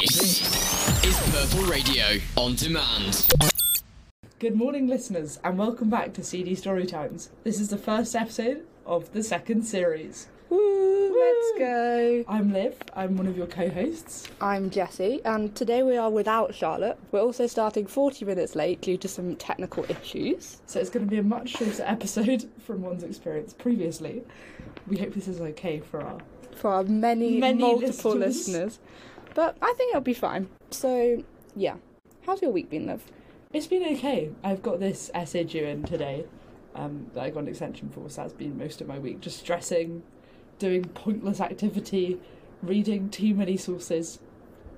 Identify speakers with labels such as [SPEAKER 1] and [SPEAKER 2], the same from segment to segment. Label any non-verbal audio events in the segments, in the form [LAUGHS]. [SPEAKER 1] This is Purple Radio on demand.
[SPEAKER 2] Good morning, listeners, and welcome back to CD Storytimes. This is the first episode of the second series.
[SPEAKER 3] Woo, let's go.
[SPEAKER 2] I'm Liv, I'm one of your co hosts.
[SPEAKER 3] I'm Jessie, and today we are without Charlotte. We're also starting 40 minutes late due to some technical issues.
[SPEAKER 2] So it's going to be a much shorter [LAUGHS] episode from one's experience previously. We hope this is okay for our.
[SPEAKER 3] for our many,
[SPEAKER 2] Many
[SPEAKER 3] multiple
[SPEAKER 2] listeners.
[SPEAKER 3] listeners. But I think it'll be fine. So, yeah. How's your week been, Liv?
[SPEAKER 2] It's been okay. I've got this essay due in today um, that I got an extension for, so that's been most of my week. Just stressing, doing pointless activity, reading too many sources.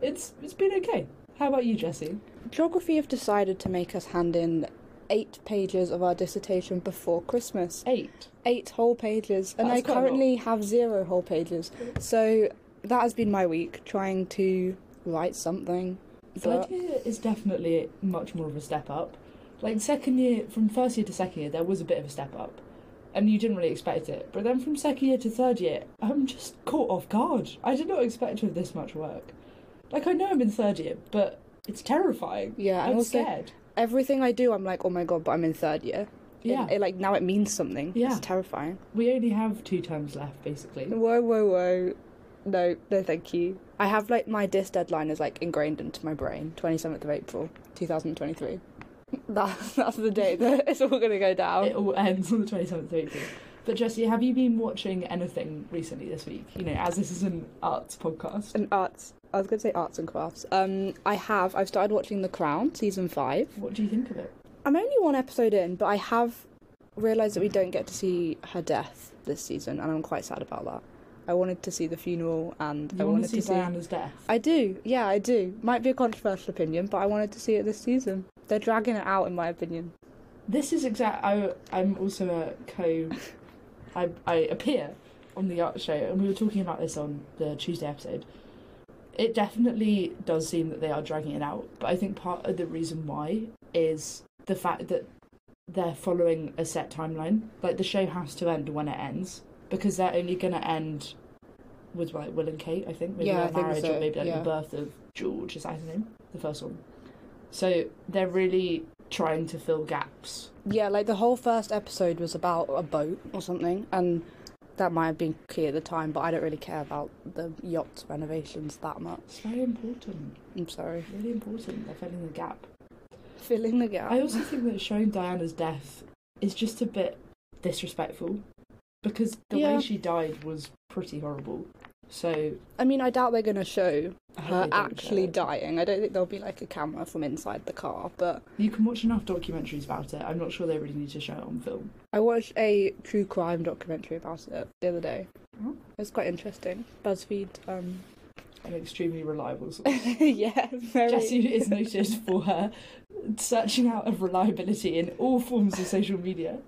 [SPEAKER 2] It's It's been okay. How about you, Jessie?
[SPEAKER 3] Geography have decided to make us hand in eight pages of our dissertation before Christmas.
[SPEAKER 2] Eight.
[SPEAKER 3] eight whole pages, and
[SPEAKER 2] That's
[SPEAKER 3] I
[SPEAKER 2] quite a lot.
[SPEAKER 3] currently have zero whole pages. So that has been my week trying to write something.
[SPEAKER 2] The
[SPEAKER 3] But
[SPEAKER 2] idea is definitely much more of a step up. Like second year, from first year to second year, there was a bit of a step up, and you didn't really expect it. But then from second year to third year, I'm just caught off guard. I did not expect to have this much work. Like I know I'm in third year, but it's terrifying.
[SPEAKER 3] Yeah, and
[SPEAKER 2] I'm
[SPEAKER 3] also-
[SPEAKER 2] scared.
[SPEAKER 3] everything I do, I'm like, oh my god, but I'm in third year. It-
[SPEAKER 2] Yeah.
[SPEAKER 3] It, like now it means something.
[SPEAKER 2] Yeah.
[SPEAKER 3] It's terrifying.
[SPEAKER 2] We only have two terms left, basically.
[SPEAKER 3] Whoa, whoa, whoa. No, no, thank you. I have like my dis deadline is like ingrained into my brain. Twenty seventh of April, two thousand twenty three. [LAUGHS] That that's the date that [LAUGHS] it's all gonna go down.
[SPEAKER 2] It all [LAUGHS] ends on the 27th of April. But Jesse, have you been watching anything recently this week? You know, as this is an arts podcast.
[SPEAKER 3] and arts. I was going to say arts and crafts. Um, I have. I've started watching The Crown season five.
[SPEAKER 2] What do you think of it?
[SPEAKER 3] I'm only one episode in, but I have realised that we don't get to see her death this season, and I'm quite sad about that. I wanted to see the funeral, and
[SPEAKER 2] You
[SPEAKER 3] I
[SPEAKER 2] want
[SPEAKER 3] wanted
[SPEAKER 2] to see
[SPEAKER 3] to see.
[SPEAKER 2] Diana's death?
[SPEAKER 3] I do. Yeah, I do. Might be a controversial opinion, but I wanted to see it this season. They're dragging it out, in my opinion.
[SPEAKER 2] This is exact. I, I'm also a co. I, I appear on the art show, and we were talking about this on the Tuesday episode. It definitely does seem that they are dragging it out, but I think part of the reason why is the fact that they're following a set timeline. Like the show has to end when it ends because they're only going to end with like Will and Kate. I think maybe
[SPEAKER 3] Yeah, I
[SPEAKER 2] their
[SPEAKER 3] think
[SPEAKER 2] marriage
[SPEAKER 3] so,
[SPEAKER 2] or maybe like
[SPEAKER 3] yeah.
[SPEAKER 2] the birth of George. Is that his name? The first one. So they're really trying to fill gaps
[SPEAKER 3] Yeah, like the whole first episode was about a boat or something, and that might have been key at the time, but I don't really care about the yacht renovations that much.
[SPEAKER 2] It's very important,
[SPEAKER 3] I'm sorry. [LAUGHS]
[SPEAKER 2] really important. They're filling the gap.
[SPEAKER 3] Filling the gap.
[SPEAKER 2] I also think that showing Diana's death is just a bit disrespectful because the
[SPEAKER 3] Yeah.
[SPEAKER 2] way she died was pretty horrible. So
[SPEAKER 3] I mean, I doubt they're going to show
[SPEAKER 2] I hope
[SPEAKER 3] her
[SPEAKER 2] they don't show
[SPEAKER 3] actually
[SPEAKER 2] it.
[SPEAKER 3] dying. I don't think there'll be like a camera from inside the car, but
[SPEAKER 2] you can watch enough documentaries about it. I'm not sure they really need to show it on film.
[SPEAKER 3] I watched a true crime documentary about it the other day.
[SPEAKER 2] Oh.
[SPEAKER 3] It was quite interesting. BuzzFeed,
[SPEAKER 2] [LAUGHS]
[SPEAKER 3] um,
[SPEAKER 2] An extremely reliable source.
[SPEAKER 3] yeah, very...
[SPEAKER 2] Jessie is noted for her searching out of reliability in all forms of social media.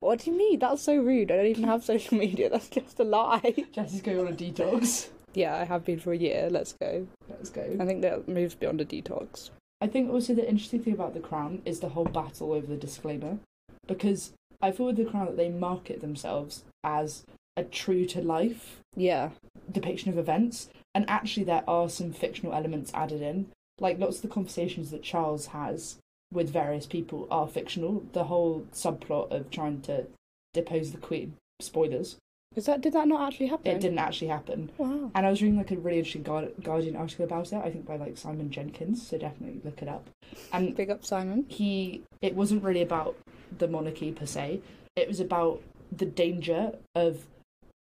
[SPEAKER 3] What do you mean? That's so rude. I don't even have social [LAUGHS] media. That's just a lie. [LAUGHS]
[SPEAKER 2] Jessie's going on a detox.
[SPEAKER 3] yeah, I have been for a year. Let's go.
[SPEAKER 2] Let's go.
[SPEAKER 3] I think that moves beyond a detox.
[SPEAKER 2] I think also the interesting thing about The Crown is the whole battle over the disclaimer. Because I feel with The Crown that they market themselves as a true to life
[SPEAKER 3] Yeah,
[SPEAKER 2] depiction of events, and actually there are some fictional elements added in. Like lots of the conversations that Charles has with various people are fictional. The whole subplot of trying to depose the Queen, spoilers,
[SPEAKER 3] is that did that not actually happen?
[SPEAKER 2] it didn't actually happen.
[SPEAKER 3] Wow.
[SPEAKER 2] And I was reading like a really interesting Guar- Guardian article about it, I think by like Simon Jenkins, so definitely look it up. And
[SPEAKER 3] Big up, Simon.
[SPEAKER 2] he it wasn't really about the monarchy per se it was about the danger of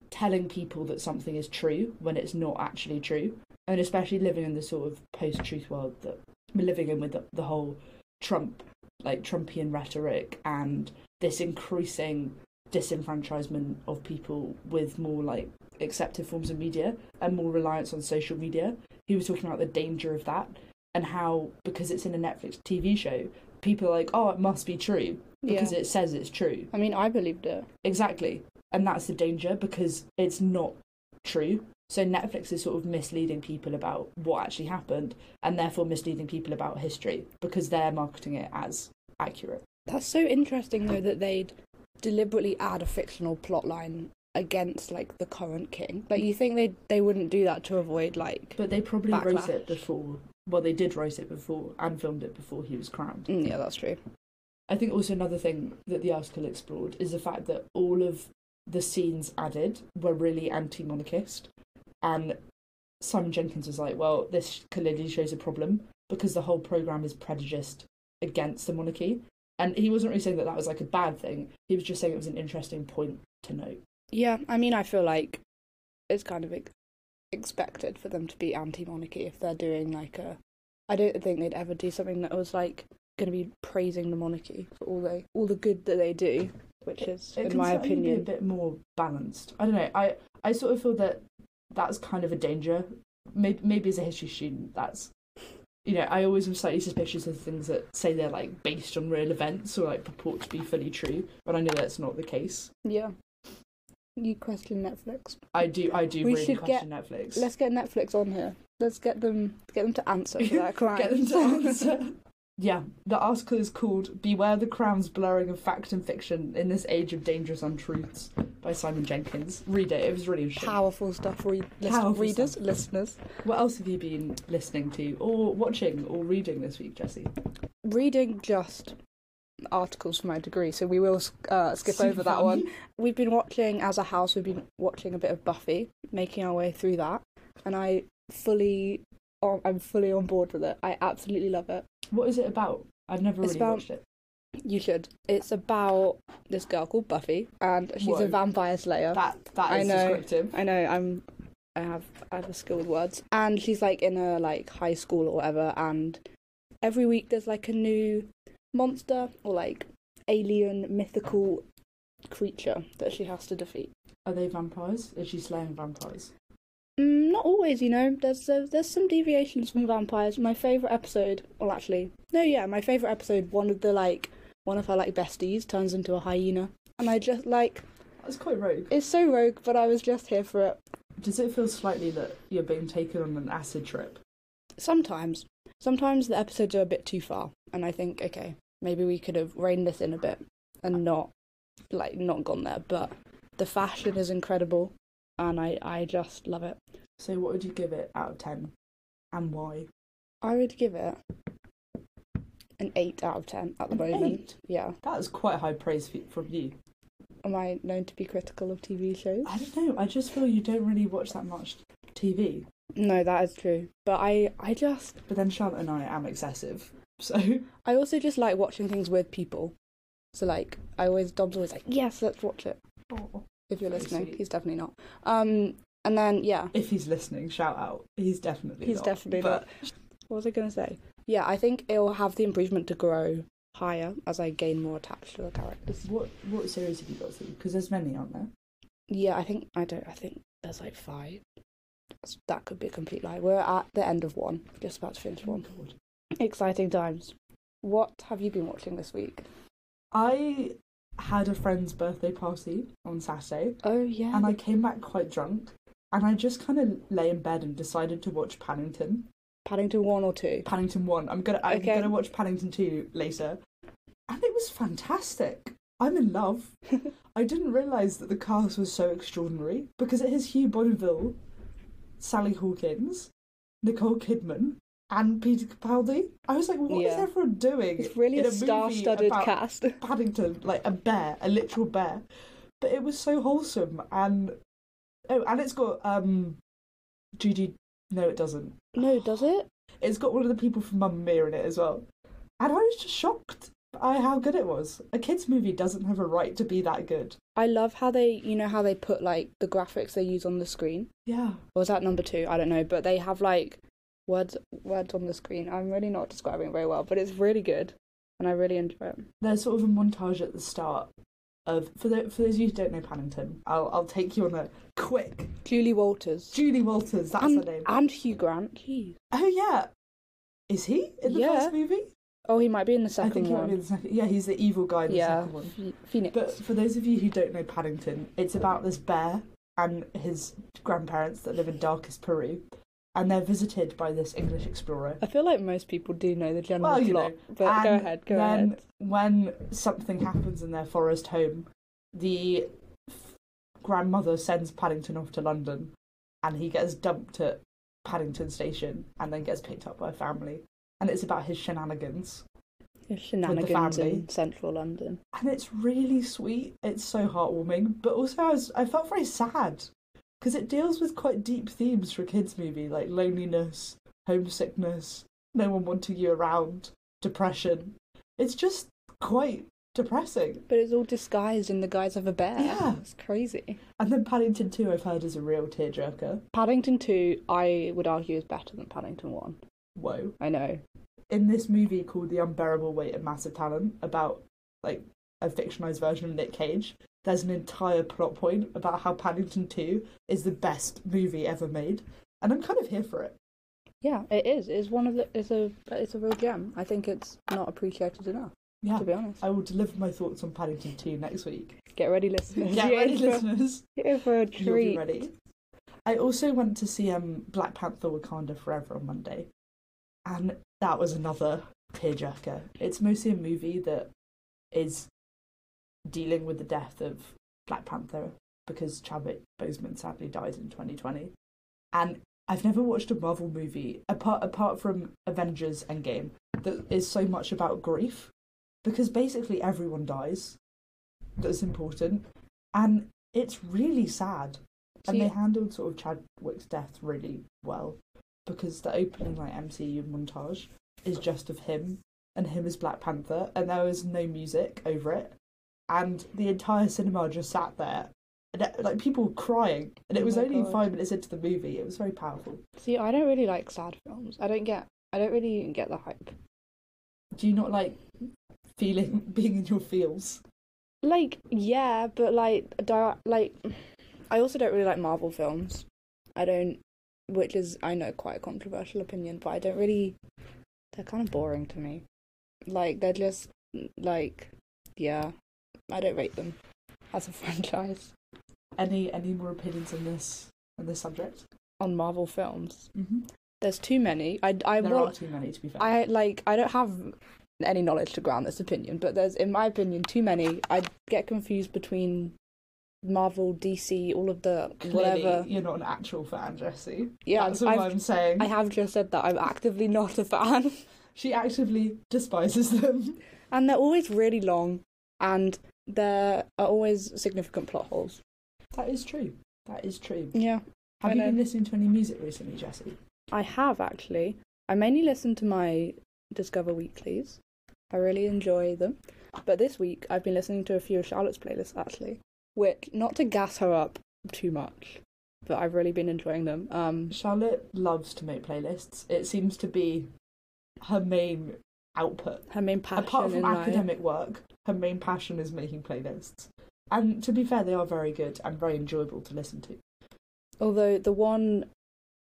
[SPEAKER 2] telling people that something is true when it's not actually true and especially living in the sort of post-truth world that we're living in with the, the whole trump like trumpian rhetoric and this increasing disenfranchisement of people with more like accepted forms of media and more reliance on social media he was talking about the danger of that and how because it's in a netflix tv show people are like oh it must be true because
[SPEAKER 3] yeah.
[SPEAKER 2] it says it's true
[SPEAKER 3] I mean, I believed it.
[SPEAKER 2] Exactly. And that's the danger because it's not true. So Netflix is sort of misleading people about what actually happened and therefore misleading people about history because they're marketing it as accurate.
[SPEAKER 3] That's so interesting, though, that they'd deliberately add a fictional plotline against like the current king. Like you think they they wouldn't do that to avoid like
[SPEAKER 2] But they probably wrote
[SPEAKER 3] Backlash.
[SPEAKER 2] it before. Well, they did write it before and filmed it before he was crowned.
[SPEAKER 3] Mm, yeah, that's true.
[SPEAKER 2] I think also another thing that the article explored is the fact that all of the scenes added were really anti-monarchist, and Simon Jenkins was like, "Well, this clearly shows a problem because the whole program is prejudiced against the monarchy." And he wasn't really saying that that was like a bad thing. He was just saying it was an interesting point to note.
[SPEAKER 3] Yeah, I mean, I feel like it's kind of ex- expected for them to be anti-monarchy if they're doing like a. I don't think they'd ever do something that was like going to be praising the monarchy for all the all the good that they do, which is,
[SPEAKER 2] it
[SPEAKER 3] in
[SPEAKER 2] can
[SPEAKER 3] my
[SPEAKER 2] certainly
[SPEAKER 3] opinion,
[SPEAKER 2] be a bit more balanced. I don't know. I I sort of feel that that's kind of a danger. Maybe, maybe as a history student, that's you know I always am slightly suspicious of things that say they're like based on real events or like purport to be fully true, but I know that's not the case.
[SPEAKER 3] yeah. You question Netflix.
[SPEAKER 2] I do I do
[SPEAKER 3] We
[SPEAKER 2] really
[SPEAKER 3] should
[SPEAKER 2] question Netflix.
[SPEAKER 3] Let's get Netflix on here. Let's get them get them to answer for that
[SPEAKER 2] [LAUGHS] [LAUGHS]
[SPEAKER 3] crime.
[SPEAKER 2] Get them to answer. yeah, the article is called "Beware the Crown's Blurring of Fact and Fiction in This Age of Dangerous Untruths" by Simon Jenkins. Read it; it was really interesting.
[SPEAKER 3] Powerful stuff, re- list-
[SPEAKER 2] Powerful
[SPEAKER 3] readers,
[SPEAKER 2] stuff.
[SPEAKER 3] listeners.
[SPEAKER 2] What else have you been listening to, or watching, or reading this week, Jesse?
[SPEAKER 3] reading just articles for my degree, so we will uh, skip over that one. We've been watching as a house. We've been watching a bit of Buffy, making our way through that, and I fully, on, I'm fully on board with it. I absolutely love it.
[SPEAKER 2] What is it about? I've never
[SPEAKER 3] It's
[SPEAKER 2] really
[SPEAKER 3] about-
[SPEAKER 2] watched it.
[SPEAKER 3] You should. It's about this girl called Buffy, and she's
[SPEAKER 2] Whoa.
[SPEAKER 3] a vampire slayer.
[SPEAKER 2] That that
[SPEAKER 3] I
[SPEAKER 2] is
[SPEAKER 3] know.
[SPEAKER 2] descriptive.
[SPEAKER 3] I know. I'm. I have. I have a skill with words. And she's like in a like high school or whatever. And every week there's like a new monster or like alien mythical creature that she has to defeat.
[SPEAKER 2] Are they vampires? Is she slaying vampires?
[SPEAKER 3] Mm, not always, you know. There's there's there's some deviations from vampires. My favorite episode, well, actually, no, yeah, my favorite episode. One of the like one of her like besties turns into a hyena, and I just like
[SPEAKER 2] That's quite rogue.
[SPEAKER 3] it's so rogue, but I was just here for it.
[SPEAKER 2] Does it feel slightly that you're being taken on an acid trip?
[SPEAKER 3] sometimes sometimes the episodes are a bit too far and i think okay maybe we could have reined this in a bit and not like not gone there but the fashion is incredible and i i just love it
[SPEAKER 2] So, what would you give it out of ten, and why?
[SPEAKER 3] i would give it an 8 out of 10 at the
[SPEAKER 2] An
[SPEAKER 3] moment
[SPEAKER 2] eight?
[SPEAKER 3] yeah
[SPEAKER 2] That is quite high praise f- from you.
[SPEAKER 3] am i known to be critical of tv shows
[SPEAKER 2] I don't know. I just feel you don't really watch that much TV.
[SPEAKER 3] no that is true but i i just
[SPEAKER 2] But then Charlotte and I am excessive. [LAUGHS] So
[SPEAKER 3] i also just like watching things with people so like i always dom's always like yes let's watch it if
[SPEAKER 2] Very
[SPEAKER 3] you're listening
[SPEAKER 2] sweet.
[SPEAKER 3] he's definitely not um and then yeah
[SPEAKER 2] if he's listening, shout out. He's definitely
[SPEAKER 3] He's
[SPEAKER 2] not,
[SPEAKER 3] definitely
[SPEAKER 2] but
[SPEAKER 3] not. What was I going to say? Yeah, I think it'll have the improvement to grow higher as I gain more attached to the characters.
[SPEAKER 2] What what series have you got through? Because there's many, aren't there?
[SPEAKER 3] Yeah, I think I don't. I think there's like five. That's, that could be a complete lie. We're at the end of one. Just about to finish one. Exciting times. What have you been watching this week?
[SPEAKER 2] I had a friend's birthday party on Saturday,
[SPEAKER 3] Oh yeah,
[SPEAKER 2] and I came back quite drunk. And I just kind of lay in bed and decided to watch Paddington.
[SPEAKER 3] Paddington one or two.
[SPEAKER 2] Paddington one. I'm gonna I'm
[SPEAKER 3] Okay.
[SPEAKER 2] gonna watch Paddington two later, and it was fantastic. I'm in love.
[SPEAKER 3] [LAUGHS]
[SPEAKER 2] I didn't realise that the cast was so extraordinary because it has Hugh Bonneville, Sally Hawkins, Nicole Kidman, and Peter Capaldi. I was like, what is
[SPEAKER 3] Yeah.
[SPEAKER 2] everyone doing?
[SPEAKER 3] It's really
[SPEAKER 2] in
[SPEAKER 3] a
[SPEAKER 2] movie
[SPEAKER 3] star-studded
[SPEAKER 2] about
[SPEAKER 3] cast. [LAUGHS]
[SPEAKER 2] Paddington, like a bear, a literal bear. But it was so wholesome and oh, and it's got um, Judy. No, it doesn't.
[SPEAKER 3] No, does it?
[SPEAKER 2] It's got one of the people from Mamma Mia in it as well. And I was just shocked by how good it was. A kids' movie doesn't have a right to be that good.
[SPEAKER 3] I love how they, you know, how they put like the graphics they use on the screen.
[SPEAKER 2] Yeah.
[SPEAKER 3] or was that number two? I don't know, but they have like words words on the screen. I'm really not describing it very well, but it's really good, and I really enjoy it.
[SPEAKER 2] There's sort of a montage at the start of for the, for those of you who don't know Paddington, I'll I'll take you on a quick
[SPEAKER 3] Julie Walters
[SPEAKER 2] Julie Walters, that's
[SPEAKER 3] and,
[SPEAKER 2] her name.
[SPEAKER 3] and Hugh Grant. Jeez.
[SPEAKER 2] Oh yeah. Is he in the
[SPEAKER 3] Yeah.
[SPEAKER 2] first movie?
[SPEAKER 3] Oh, he might be in the
[SPEAKER 2] I
[SPEAKER 3] second
[SPEAKER 2] think he might
[SPEAKER 3] one.
[SPEAKER 2] be in the second yeah, he's the evil guy in the
[SPEAKER 3] yeah,
[SPEAKER 2] second one.
[SPEAKER 3] Phe- Phoenix.
[SPEAKER 2] But for those of you who don't know Paddington, it's about this bear and his grandparents that live in darkest Peru, and they're visited by this English explorer.
[SPEAKER 3] I feel like most people do know the general
[SPEAKER 2] Well, you
[SPEAKER 3] plot,
[SPEAKER 2] know,
[SPEAKER 3] but go
[SPEAKER 2] and
[SPEAKER 3] ahead, go
[SPEAKER 2] then
[SPEAKER 3] ahead.
[SPEAKER 2] when something happens in their forest home, the f- grandmother sends Paddington off to London, and he gets dumped at Paddington Station, and then gets picked up by family. And it's about his shenanigans,
[SPEAKER 3] Shenanigans
[SPEAKER 2] family.
[SPEAKER 3] in central London.
[SPEAKER 2] and it's really sweet. It's so heartwarming, but also I, was, I felt very sad because it deals with quite deep themes for a kids' movie, like loneliness, homesickness, no one wanting you around, depression. It's just quite depressing.
[SPEAKER 3] But it's all disguised in the guise of a bear.
[SPEAKER 2] Yeah.
[SPEAKER 3] It's crazy.
[SPEAKER 2] And then Paddington 2, I've heard, is a real tearjerker.
[SPEAKER 3] Paddington 2, I would argue, is better than Paddington 1.
[SPEAKER 2] Whoa.
[SPEAKER 3] I know.
[SPEAKER 2] In this movie called The Unbearable Weight of Massive Talent, about like a fictionalized version of Nick Cage, there's an entire plot point about how Paddington 2 is the best movie ever made. And I'm kind of here for it.
[SPEAKER 3] Yeah, it is. It's one of the. It's a. It's a real gem. I think it's not appreciated enough.
[SPEAKER 2] Yeah.
[SPEAKER 3] To be honest,
[SPEAKER 2] I will deliver my thoughts on Paddington 2 next week.
[SPEAKER 3] [LAUGHS] get ready, listeners.
[SPEAKER 2] Get
[SPEAKER 3] You're [LAUGHS]
[SPEAKER 2] ready,
[SPEAKER 3] in for-
[SPEAKER 2] listeners.
[SPEAKER 3] you're in for
[SPEAKER 2] You'll
[SPEAKER 3] a treat.
[SPEAKER 2] be ready. I also went to see um, Black Panther Wakanda Forever on Monday, and that was another tearjerker. It's mostly a movie that is dealing with the death of Black Panther because Chadwick Boseman sadly died in 2020. And I've never watched a Marvel movie, apart, apart from Avengers Endgame, that is so much about grief because basically everyone dies that's important. And it's really sad. And
[SPEAKER 3] See-
[SPEAKER 2] they handled sort of Chadwick's death really well because the opening like MCU montage is just of him and him as Black Panther, and there was no music over it, and the entire cinema just sat there, and it- like people were crying, and it
[SPEAKER 3] Oh
[SPEAKER 2] was
[SPEAKER 3] my
[SPEAKER 2] only
[SPEAKER 3] God.
[SPEAKER 2] five minutes into the movie. It was very powerful.
[SPEAKER 3] See, I don't really like sad films. I don't get. I don't really get the hype.
[SPEAKER 2] Do you not like feeling [LAUGHS] being in your feels?
[SPEAKER 3] Like, yeah, but like, di- like, I also don't really like Marvel films. I don't, which is I know quite a controversial opinion, but I don't really. They're kind of boring to me. Like they're just like, yeah, I don't rate them as a [LAUGHS] franchise
[SPEAKER 2] Any any more opinions on this on this subject?
[SPEAKER 3] on Marvel films.
[SPEAKER 2] Mm-hmm.
[SPEAKER 3] There's too many. I I
[SPEAKER 2] There
[SPEAKER 3] want
[SPEAKER 2] are too many to be fair.
[SPEAKER 3] I like I don't have any knowledge to ground this opinion, but there's in my opinion too many. I get confused between Marvel, DC, all of the
[SPEAKER 2] Clearly,
[SPEAKER 3] whatever.
[SPEAKER 2] you're not an actual fan, Jesse.
[SPEAKER 3] Yeah,
[SPEAKER 2] that's all
[SPEAKER 3] I've-
[SPEAKER 2] I'm saying.
[SPEAKER 3] I have just said that I'm actively not a fan,
[SPEAKER 2] She actively despises them. [LAUGHS]
[SPEAKER 3] and they're always really long, and there are always significant plot holes.
[SPEAKER 2] That is true. That is true.
[SPEAKER 3] Yeah,
[SPEAKER 2] Have
[SPEAKER 3] I
[SPEAKER 2] you
[SPEAKER 3] know.
[SPEAKER 2] been listening to any music recently, Jesse?
[SPEAKER 3] I have actually. I mainly listen to my Discover Weeklies. I really enjoy them. But this week I've been listening to a few of Charlotte's playlists actually, which not to gas her up too much, but I've really been enjoying them. Um
[SPEAKER 2] Charlotte loves to make playlists. It seems to be her main output.
[SPEAKER 3] her main passion
[SPEAKER 2] Apart
[SPEAKER 3] in
[SPEAKER 2] from
[SPEAKER 3] life.
[SPEAKER 2] academic work, her main passion is making playlists. And to be fair, they are very good and very enjoyable to listen to.
[SPEAKER 3] Although the one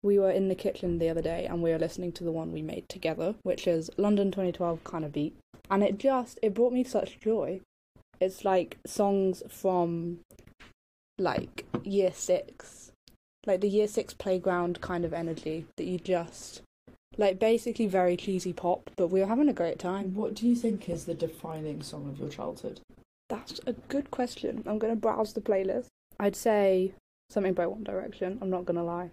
[SPEAKER 3] we were in the kitchen the other day and we were listening to the one we made together, which is London 2012 kind of beat, and it just it brought me such joy. It's like songs from like year 6. Like the year 6 playground kind of energy that you just like basically very cheesy pop, but we were having a great time.
[SPEAKER 2] And what do you think is the defining song of your childhood?
[SPEAKER 3] That's a good question. I'm going to browse the playlist. I'd say something by One Direction, I'm not going to lie.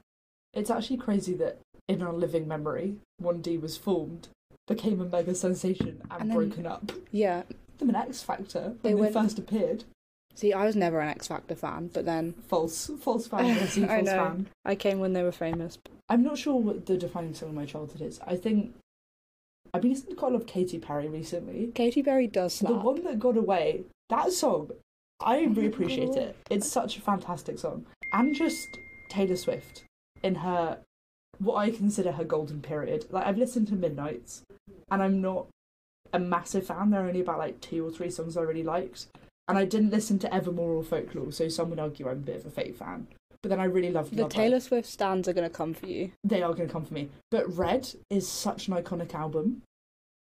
[SPEAKER 2] It's actually crazy that in our living memory, 1D was formed, became a mega sensation, and,
[SPEAKER 3] And then-
[SPEAKER 2] broken up.
[SPEAKER 3] Yeah,
[SPEAKER 2] Them an X Factor when
[SPEAKER 3] They
[SPEAKER 2] they,
[SPEAKER 3] went-
[SPEAKER 2] first appeared.
[SPEAKER 3] See, I was never an X Factor fan,
[SPEAKER 2] [LAUGHS]
[SPEAKER 3] but then
[SPEAKER 2] False, false fan,
[SPEAKER 3] [LAUGHS]
[SPEAKER 2] Jesse,
[SPEAKER 3] I
[SPEAKER 2] false
[SPEAKER 3] know.
[SPEAKER 2] fan.
[SPEAKER 3] I came when they were famous.
[SPEAKER 2] I'm not sure what the defining song of my childhood is. I think I've been listening to quite a lot of Katy Perry recently.
[SPEAKER 3] Katy Perry does slap.
[SPEAKER 2] The one that got away, that song, I
[SPEAKER 3] my
[SPEAKER 2] really appreciate
[SPEAKER 3] God.
[SPEAKER 2] it. It's such a fantastic song. And just Taylor Swift in her what I consider her golden period. Like I've listened to Midnight's and I'm not a massive fan. There are only about like two or three songs I really liked. And I didn't listen to Evermore or Folklore, so some would argue I'm a bit of a fake fan. But then I really love Love
[SPEAKER 3] the
[SPEAKER 2] Live
[SPEAKER 3] Taylor Swift stands are gonna come for you.
[SPEAKER 2] they are going to come for me. But Red is such an iconic album,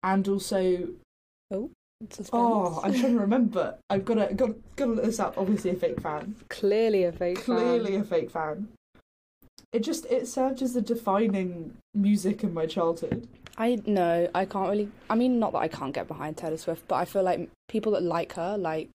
[SPEAKER 2] and also
[SPEAKER 3] Suspense.
[SPEAKER 2] oh,
[SPEAKER 3] [LAUGHS]
[SPEAKER 2] I'm trying to remember. I've got to got got to look this up. Obviously, a fake fan,
[SPEAKER 3] clearly a fake
[SPEAKER 2] clearly
[SPEAKER 3] fan.
[SPEAKER 2] a fake fan. It just it served as the defining music in my childhood.
[SPEAKER 3] I no, I can't really. I mean, not that I can't get behind Taylor Swift, but I feel like people that like her, like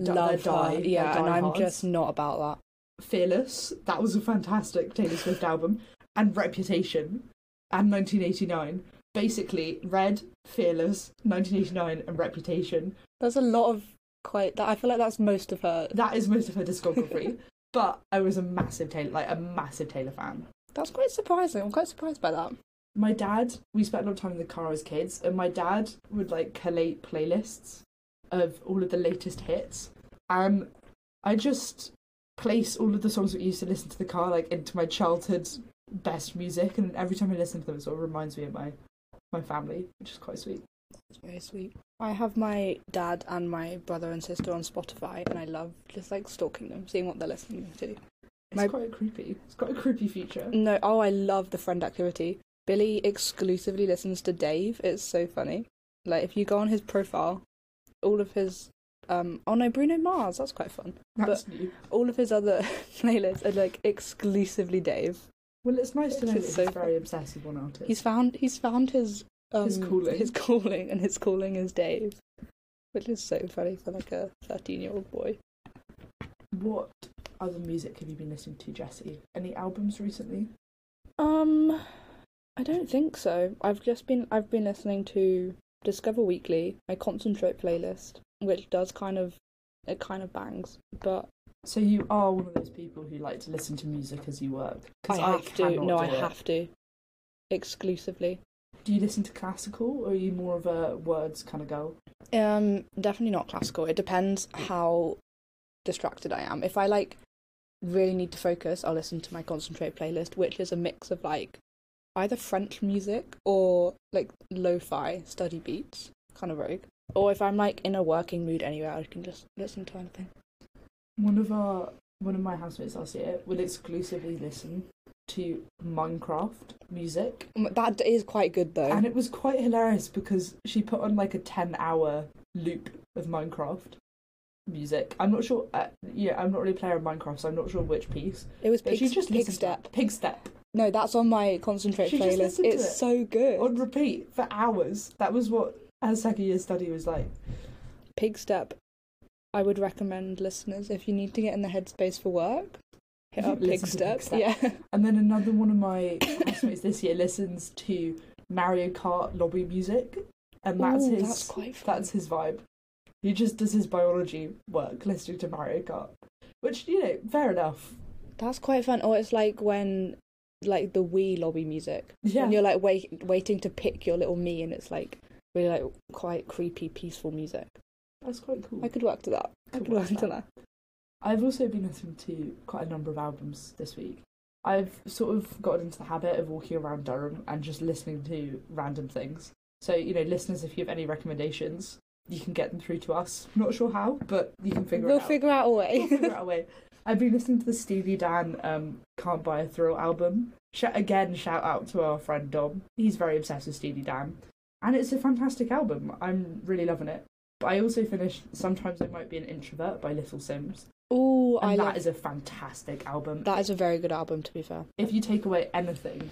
[SPEAKER 2] Die-
[SPEAKER 3] love
[SPEAKER 2] Die-
[SPEAKER 3] her.
[SPEAKER 2] Die
[SPEAKER 3] Yeah, and I'm
[SPEAKER 2] Hards.
[SPEAKER 3] just not about that.
[SPEAKER 2] Fearless. That was a fantastic Taylor Swift album. And Reputation. And 1989. Basically, Red, Fearless, 1989, and Reputation.
[SPEAKER 3] There's a lot of quite. That, I feel like that's most of her.
[SPEAKER 2] That is most of her
[SPEAKER 3] [LAUGHS]
[SPEAKER 2] discography. but I was a massive Taylor, like a massive Taylor fan.
[SPEAKER 3] That's quite surprising. I'm quite surprised by that.
[SPEAKER 2] My dad, we spent a lot of time in the car as kids, and my dad would like collate playlists of all of the latest hits. And I just place all of the songs that we used to listen to in the car like into my childhood best music, and every time I listen to them, it sort of reminds me of my my family, which is quite sweet.
[SPEAKER 3] It's very sweet. I have my dad and my brother and sister on Spotify, and I love just like stalking them, seeing what they're listening to.
[SPEAKER 2] It's
[SPEAKER 3] My-
[SPEAKER 2] quite creepy. It's quite a creepy future.
[SPEAKER 3] No, oh, I love the friend activity. Billy exclusively listens to Dave. It's so funny. Like if you go on his profile, all of his um oh no, Bruno Mars. That's quite fun.
[SPEAKER 2] That's new.
[SPEAKER 3] All of his other [LAUGHS] playlists are like exclusively Dave.
[SPEAKER 2] Well, it's nice to know that
[SPEAKER 3] It's
[SPEAKER 2] he's
[SPEAKER 3] so fun.
[SPEAKER 2] very obsessed with one artist.
[SPEAKER 3] He's found he's found his um,
[SPEAKER 2] His calling.
[SPEAKER 3] his calling, and his calling is Dave, which is so funny for like a thirteen year old boy.
[SPEAKER 2] What other music have you been listening to, Jesse? Any albums recently?
[SPEAKER 3] Um, I don't think so. I've just been I've been listening to Discover Weekly, my concentrate playlist, which does kind of it kind of bangs, but
[SPEAKER 2] So you are one of those people who like to listen to music as you work. 'cause
[SPEAKER 3] I have to.
[SPEAKER 2] cannot
[SPEAKER 3] No,
[SPEAKER 2] do
[SPEAKER 3] I
[SPEAKER 2] it.
[SPEAKER 3] have to exclusively.
[SPEAKER 2] Do you listen to classical, or are you more of a words kind of girl?
[SPEAKER 3] Um, definitely not classical. It depends how distracted I am. If I like really need to focus, I'll listen to my concentrate playlist, which is a mix of like either French music or like lo-fi study beats, kind of rogue. Or if I'm like in a working mood anyway, I can just listen to anything.
[SPEAKER 2] One of our one of my housemates last year would exclusively listen to Minecraft music,
[SPEAKER 3] Mm, That is quite good though.
[SPEAKER 2] and it was quite hilarious because she put on like a ten-hour loop of Minecraft music. I'm not sure. Uh, yeah, I'm not really a player of Minecraft, so I'm not sure which piece.
[SPEAKER 3] it was
[SPEAKER 2] But
[SPEAKER 3] pig,
[SPEAKER 2] she just
[SPEAKER 3] pig
[SPEAKER 2] listened to
[SPEAKER 3] step.
[SPEAKER 2] it. Pig step.
[SPEAKER 3] No, that's on my concentrate
[SPEAKER 2] She just
[SPEAKER 3] playlist.
[SPEAKER 2] listened to
[SPEAKER 3] It's
[SPEAKER 2] it.
[SPEAKER 3] so good.
[SPEAKER 2] on repeat for hours. That was what her second year study was like.
[SPEAKER 3] Pig Step, I would recommend listeners if you need to get in the headspace for work, hit up
[SPEAKER 2] [LAUGHS] Listen
[SPEAKER 3] Pig
[SPEAKER 2] to
[SPEAKER 3] Step.
[SPEAKER 2] Pig Step.
[SPEAKER 3] Yeah. [LAUGHS]
[SPEAKER 2] And then another one of my [COUGHS] classmates this year listens to Mario Kart lobby music, and that's
[SPEAKER 3] Ooh,
[SPEAKER 2] his
[SPEAKER 3] That's quite fun.
[SPEAKER 2] that's his vibe. He just does his biology work listening to Mario Kart, which you know, fair enough.
[SPEAKER 3] That's quite fun. Or it's like when, like the Wii lobby music.
[SPEAKER 2] Yeah.
[SPEAKER 3] When you're like wait, waiting to pick your little me, and it's like really like quite creepy, peaceful music.
[SPEAKER 2] That's quite cool.
[SPEAKER 3] I could work to that. I
[SPEAKER 2] Could
[SPEAKER 3] could
[SPEAKER 2] work
[SPEAKER 3] work
[SPEAKER 2] to
[SPEAKER 3] to that.
[SPEAKER 2] I've also been listening to quite a number of albums this week. I've sort of gotten into the habit of walking around Durham and just listening to random things. So, you know, listeners, if you have any recommendations, you can get them through to us. Not sure how, but you can figure
[SPEAKER 3] we'll
[SPEAKER 2] it out.
[SPEAKER 3] figure out a way.
[SPEAKER 2] we'll figure out a way. I've been listening to the Stevie Dan um, Can't Buy a Thrill album. Sh- again, shout out to our friend Dom. He's very obsessed with Stevie Dan. And it's a fantastic album. I'm really loving it. But I also finished Sometimes I Might Be an Introvert by Little Sims.
[SPEAKER 3] [LAUGHS] Ooh, I
[SPEAKER 2] And
[SPEAKER 3] love
[SPEAKER 2] that is a fantastic album.
[SPEAKER 3] that is a very good album. To be fair,
[SPEAKER 2] if you take away anything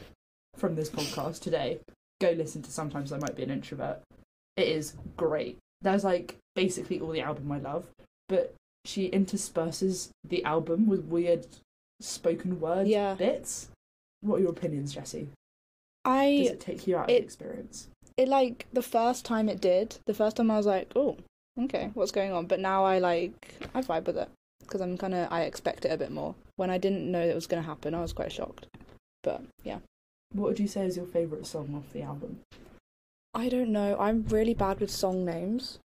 [SPEAKER 2] from this podcast today, go listen to Sometimes I Might Be an Introvert. It is great. There's like basically all the album I love, but she intersperses the album with weird spoken word
[SPEAKER 3] Yeah.
[SPEAKER 2] bits. What are your opinions, Jesse? Does
[SPEAKER 3] I
[SPEAKER 2] it take you out of
[SPEAKER 3] it-
[SPEAKER 2] the experience?
[SPEAKER 3] it like the first time it did the first time i was like oh okay what's going on but now i like i vibe with it because i'm kind of i expect it a bit more when i didn't know it was going to happen i was quite shocked but yeah
[SPEAKER 2] What would you say is your favourite song off the album?
[SPEAKER 3] i don't know i'm really bad with song names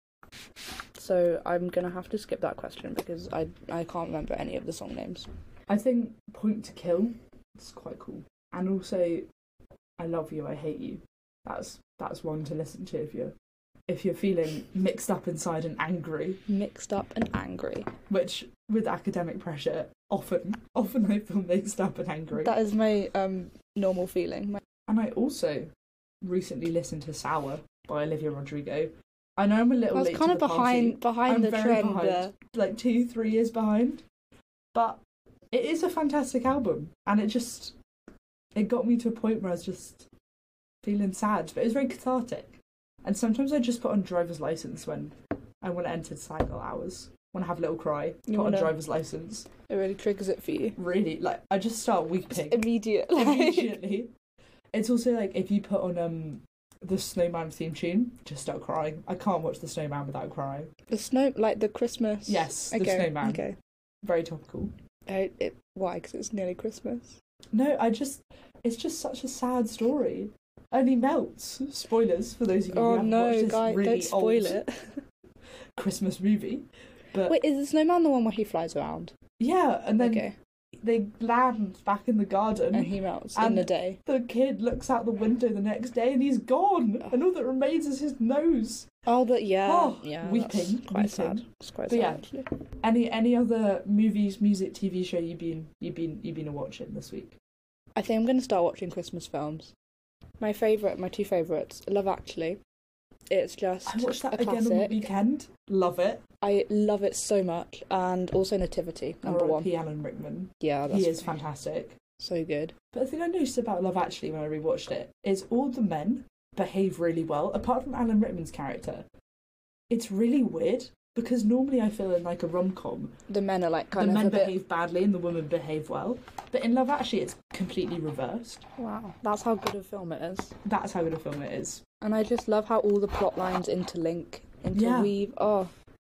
[SPEAKER 3] so i'm going to have to skip that question because i i can't remember any of the song names
[SPEAKER 2] I think Point to Kill is quite cool. And also I love you, I hate you. That's that's one to listen to if you're if you're feeling mixed up inside and angry,
[SPEAKER 3] mixed up and angry
[SPEAKER 2] which with academic pressure often often I feel mixed up and angry.
[SPEAKER 3] that is my um normal feeling my,
[SPEAKER 2] and I also recently listened to Sour by Olivia Rodrigo. I know I'm a
[SPEAKER 3] i
[SPEAKER 2] little
[SPEAKER 3] was
[SPEAKER 2] late
[SPEAKER 3] kind
[SPEAKER 2] to
[SPEAKER 3] of
[SPEAKER 2] the party.
[SPEAKER 3] behind behind
[SPEAKER 2] I'm
[SPEAKER 3] the
[SPEAKER 2] very
[SPEAKER 3] trend
[SPEAKER 2] behind.
[SPEAKER 3] there
[SPEAKER 2] like two, three years behind. But it is a fantastic album, and it just it got me to a point where I was just feeling sad, but it was very cathartic. And sometimes I just put on driver's license when I want to enter cycle hours want to have a little cry.
[SPEAKER 3] You
[SPEAKER 2] put on
[SPEAKER 3] wanna-
[SPEAKER 2] driver's license.
[SPEAKER 3] It really triggers it for you.
[SPEAKER 2] Really, like I just start
[SPEAKER 3] It's
[SPEAKER 2] weeping
[SPEAKER 3] immediate. [LAUGHS] like-
[SPEAKER 2] immediately. [LAUGHS] It's also like if you put on um the snowman theme tune, just start crying. I can't watch the snowman without crying.
[SPEAKER 3] The snow, like the Christmas.
[SPEAKER 2] Yes, the
[SPEAKER 3] Okay.
[SPEAKER 2] snowman.
[SPEAKER 3] Okay.
[SPEAKER 2] Very topical.
[SPEAKER 3] I, Uh, it, why? Because it's nearly Christmas.
[SPEAKER 2] No, I just it's just such a sad story. And he melts. Spoilers for those of you who
[SPEAKER 3] oh
[SPEAKER 2] haven't
[SPEAKER 3] no,
[SPEAKER 2] watched this
[SPEAKER 3] guy!
[SPEAKER 2] really
[SPEAKER 3] don't spoil
[SPEAKER 2] old
[SPEAKER 3] it.
[SPEAKER 2] Christmas movie. [LAUGHS] But
[SPEAKER 3] Wait, is the snowman the one where he flies around?
[SPEAKER 2] yeah, and then
[SPEAKER 3] okay,
[SPEAKER 2] they land back in the garden.
[SPEAKER 3] and he melts in
[SPEAKER 2] and-
[SPEAKER 3] a day.
[SPEAKER 2] the kid looks out the window the next day and he's gone, and all that remains is his nose.
[SPEAKER 3] Oh, but yeah,
[SPEAKER 2] Oh,
[SPEAKER 3] yeah, that's
[SPEAKER 2] weeping,
[SPEAKER 3] quite
[SPEAKER 2] weeping.
[SPEAKER 3] sad. It's quite
[SPEAKER 2] But
[SPEAKER 3] sad
[SPEAKER 2] yeah.
[SPEAKER 3] actually.
[SPEAKER 2] Any any other movies, music, TV show you've been you've been you've been watching this week?
[SPEAKER 3] I think I'm gonna start watching Christmas films. My favorite, my two favorites, Love Actually. It's just
[SPEAKER 2] I watched that
[SPEAKER 3] a
[SPEAKER 2] again
[SPEAKER 3] classic.
[SPEAKER 2] on the weekend. Love it.
[SPEAKER 3] I love it so much, and also Nativity number one.
[SPEAKER 2] R.I.P. Alan Rickman.
[SPEAKER 3] Yeah, that's
[SPEAKER 2] He is fantastic.
[SPEAKER 3] so good.
[SPEAKER 2] But the thing I noticed about Love Actually when I rewatched it is all the men behave really well, apart from Alan Rickman's character. It's really weird because normally I feel in like a rom com,
[SPEAKER 3] The men are like
[SPEAKER 2] the
[SPEAKER 3] kind of
[SPEAKER 2] men
[SPEAKER 3] a bit.
[SPEAKER 2] behave badly and the women behave well. But in Love Actually, it's completely reversed.
[SPEAKER 3] Wow, that's how good a film it is.
[SPEAKER 2] That's how good a film it is.
[SPEAKER 3] And I just love how all the plot lines interlink, interweave. Oh,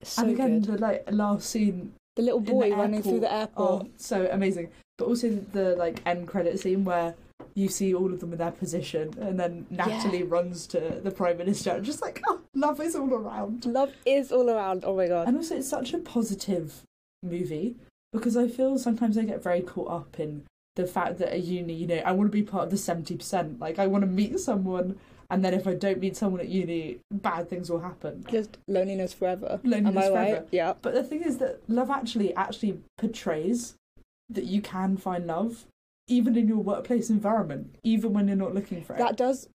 [SPEAKER 3] it's so
[SPEAKER 2] and again, the
[SPEAKER 3] good.
[SPEAKER 2] like last scene,
[SPEAKER 3] The little
[SPEAKER 2] in the
[SPEAKER 3] boy running through the airport.
[SPEAKER 2] oh, so amazing. But also the like end credit scene where you see all of them in their position, and then Natalie runs to the prime minister, and just like, oh, love is all around.
[SPEAKER 3] Love is all around. Oh my god.
[SPEAKER 2] And also, it's such a positive movie because I feel sometimes I get very caught up in the fact that at uni, you know, I want to be part of the 70%. Like, I want to meet someone, and then if I don't meet someone at uni, bad things will happen.
[SPEAKER 3] Just loneliness forever. Am
[SPEAKER 2] Loneliness
[SPEAKER 3] I right?
[SPEAKER 2] forever.
[SPEAKER 3] Yeah.
[SPEAKER 2] But the thing is that Love Actually actually portrays that you can find love even in your workplace environment, even when you're not looking for it.
[SPEAKER 3] That does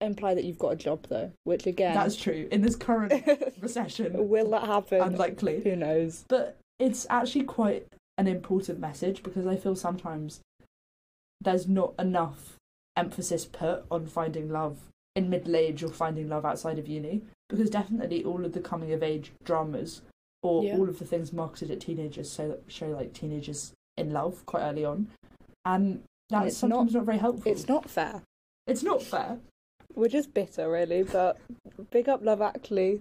[SPEAKER 3] imply that you've got a job though, which again,
[SPEAKER 2] That's true. In this current recession,
[SPEAKER 3] will that happen?
[SPEAKER 2] unlikely.
[SPEAKER 3] Who knows?
[SPEAKER 2] but it's actually quite an important message because I feel sometimes there's not enough emphasis put on finding love in middle age or finding love outside of uni because definitely all of the coming of age dramas or
[SPEAKER 3] Yeah.
[SPEAKER 2] all of the things marketed at teenagers so show like teenagers in love quite early on and that's
[SPEAKER 3] it's not-
[SPEAKER 2] sometimes not, very helpful
[SPEAKER 3] It's not fair.
[SPEAKER 2] it's not fair
[SPEAKER 3] We're just bitter, really. But big up Love Actually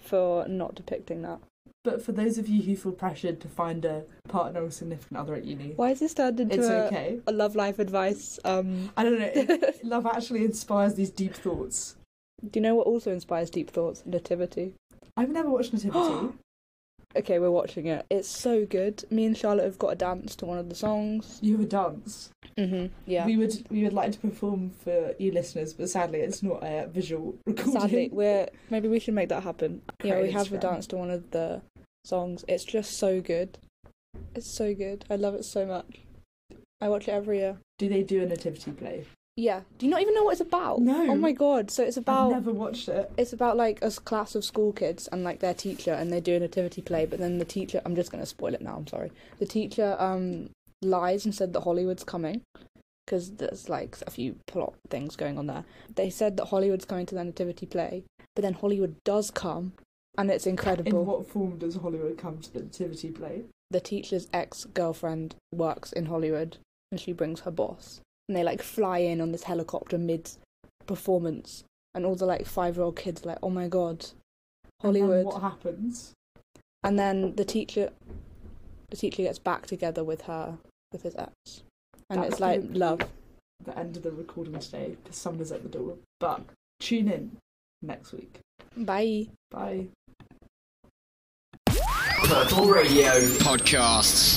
[SPEAKER 3] for not depicting that.
[SPEAKER 2] but for those of you who feel pressured to find a partner or significant other at uni
[SPEAKER 3] Why is this turned into
[SPEAKER 2] it's
[SPEAKER 3] a,
[SPEAKER 2] okay
[SPEAKER 3] a love life advice?
[SPEAKER 2] [LAUGHS]
[SPEAKER 3] Um, [LAUGHS]
[SPEAKER 2] I don't know.
[SPEAKER 3] do
[SPEAKER 2] it- Love actually inspires these deep thoughts.
[SPEAKER 3] you know what also inspires deep thoughts? Nativity.
[SPEAKER 2] I've never watched
[SPEAKER 3] [GASPS]
[SPEAKER 2] Nativity.
[SPEAKER 3] Okay, we're watching it. It's so good. Me and Charlotte have got a dance to one of the songs.
[SPEAKER 2] you have a dance.
[SPEAKER 3] Mm-hmm. Yeah.
[SPEAKER 2] We would we would like to perform for you listeners, but sadly it's not a visual [LAUGHS] recording.
[SPEAKER 3] Sadly, we're maybe we should make that happen. yeah, we
[SPEAKER 2] Create
[SPEAKER 3] have a
[SPEAKER 2] Instagram.
[SPEAKER 3] dance to one of the songs. It's just so good. It's so good. I love it so much. I watch it every year.
[SPEAKER 2] Do they do a nativity play?
[SPEAKER 3] Yeah. Do you not even know what it's about?
[SPEAKER 2] No.
[SPEAKER 3] Oh my god. So it's
[SPEAKER 2] I've
[SPEAKER 3] about
[SPEAKER 2] never watched it.
[SPEAKER 3] it's about like a s- class of school kids and like their teacher and they do a nativity play but then the teacher i'm just going to spoil it now i'm sorry the teacher um lies and said that hollywood's coming because there's like a few plot things going on there they said that hollywood's coming to their nativity play but then hollywood does come and it's
[SPEAKER 2] In
[SPEAKER 3] incredible
[SPEAKER 2] what form does Hollywood come to the nativity play?
[SPEAKER 3] the teacher's ex-girlfriend works in hollywood and she brings her boss and they like fly in on this helicopter mid performance and all the like five-year-old kids are like oh my god
[SPEAKER 2] And then
[SPEAKER 3] hollywood
[SPEAKER 2] what happens?
[SPEAKER 3] and then the teacher the teacher gets back together with her with his ex and
[SPEAKER 2] That's
[SPEAKER 3] it's like
[SPEAKER 2] gonna be
[SPEAKER 3] love
[SPEAKER 2] The end of the recording today because someone's at the door. But tune in next week.
[SPEAKER 3] bye
[SPEAKER 2] Bye.
[SPEAKER 1] Purple Radio Podcasts.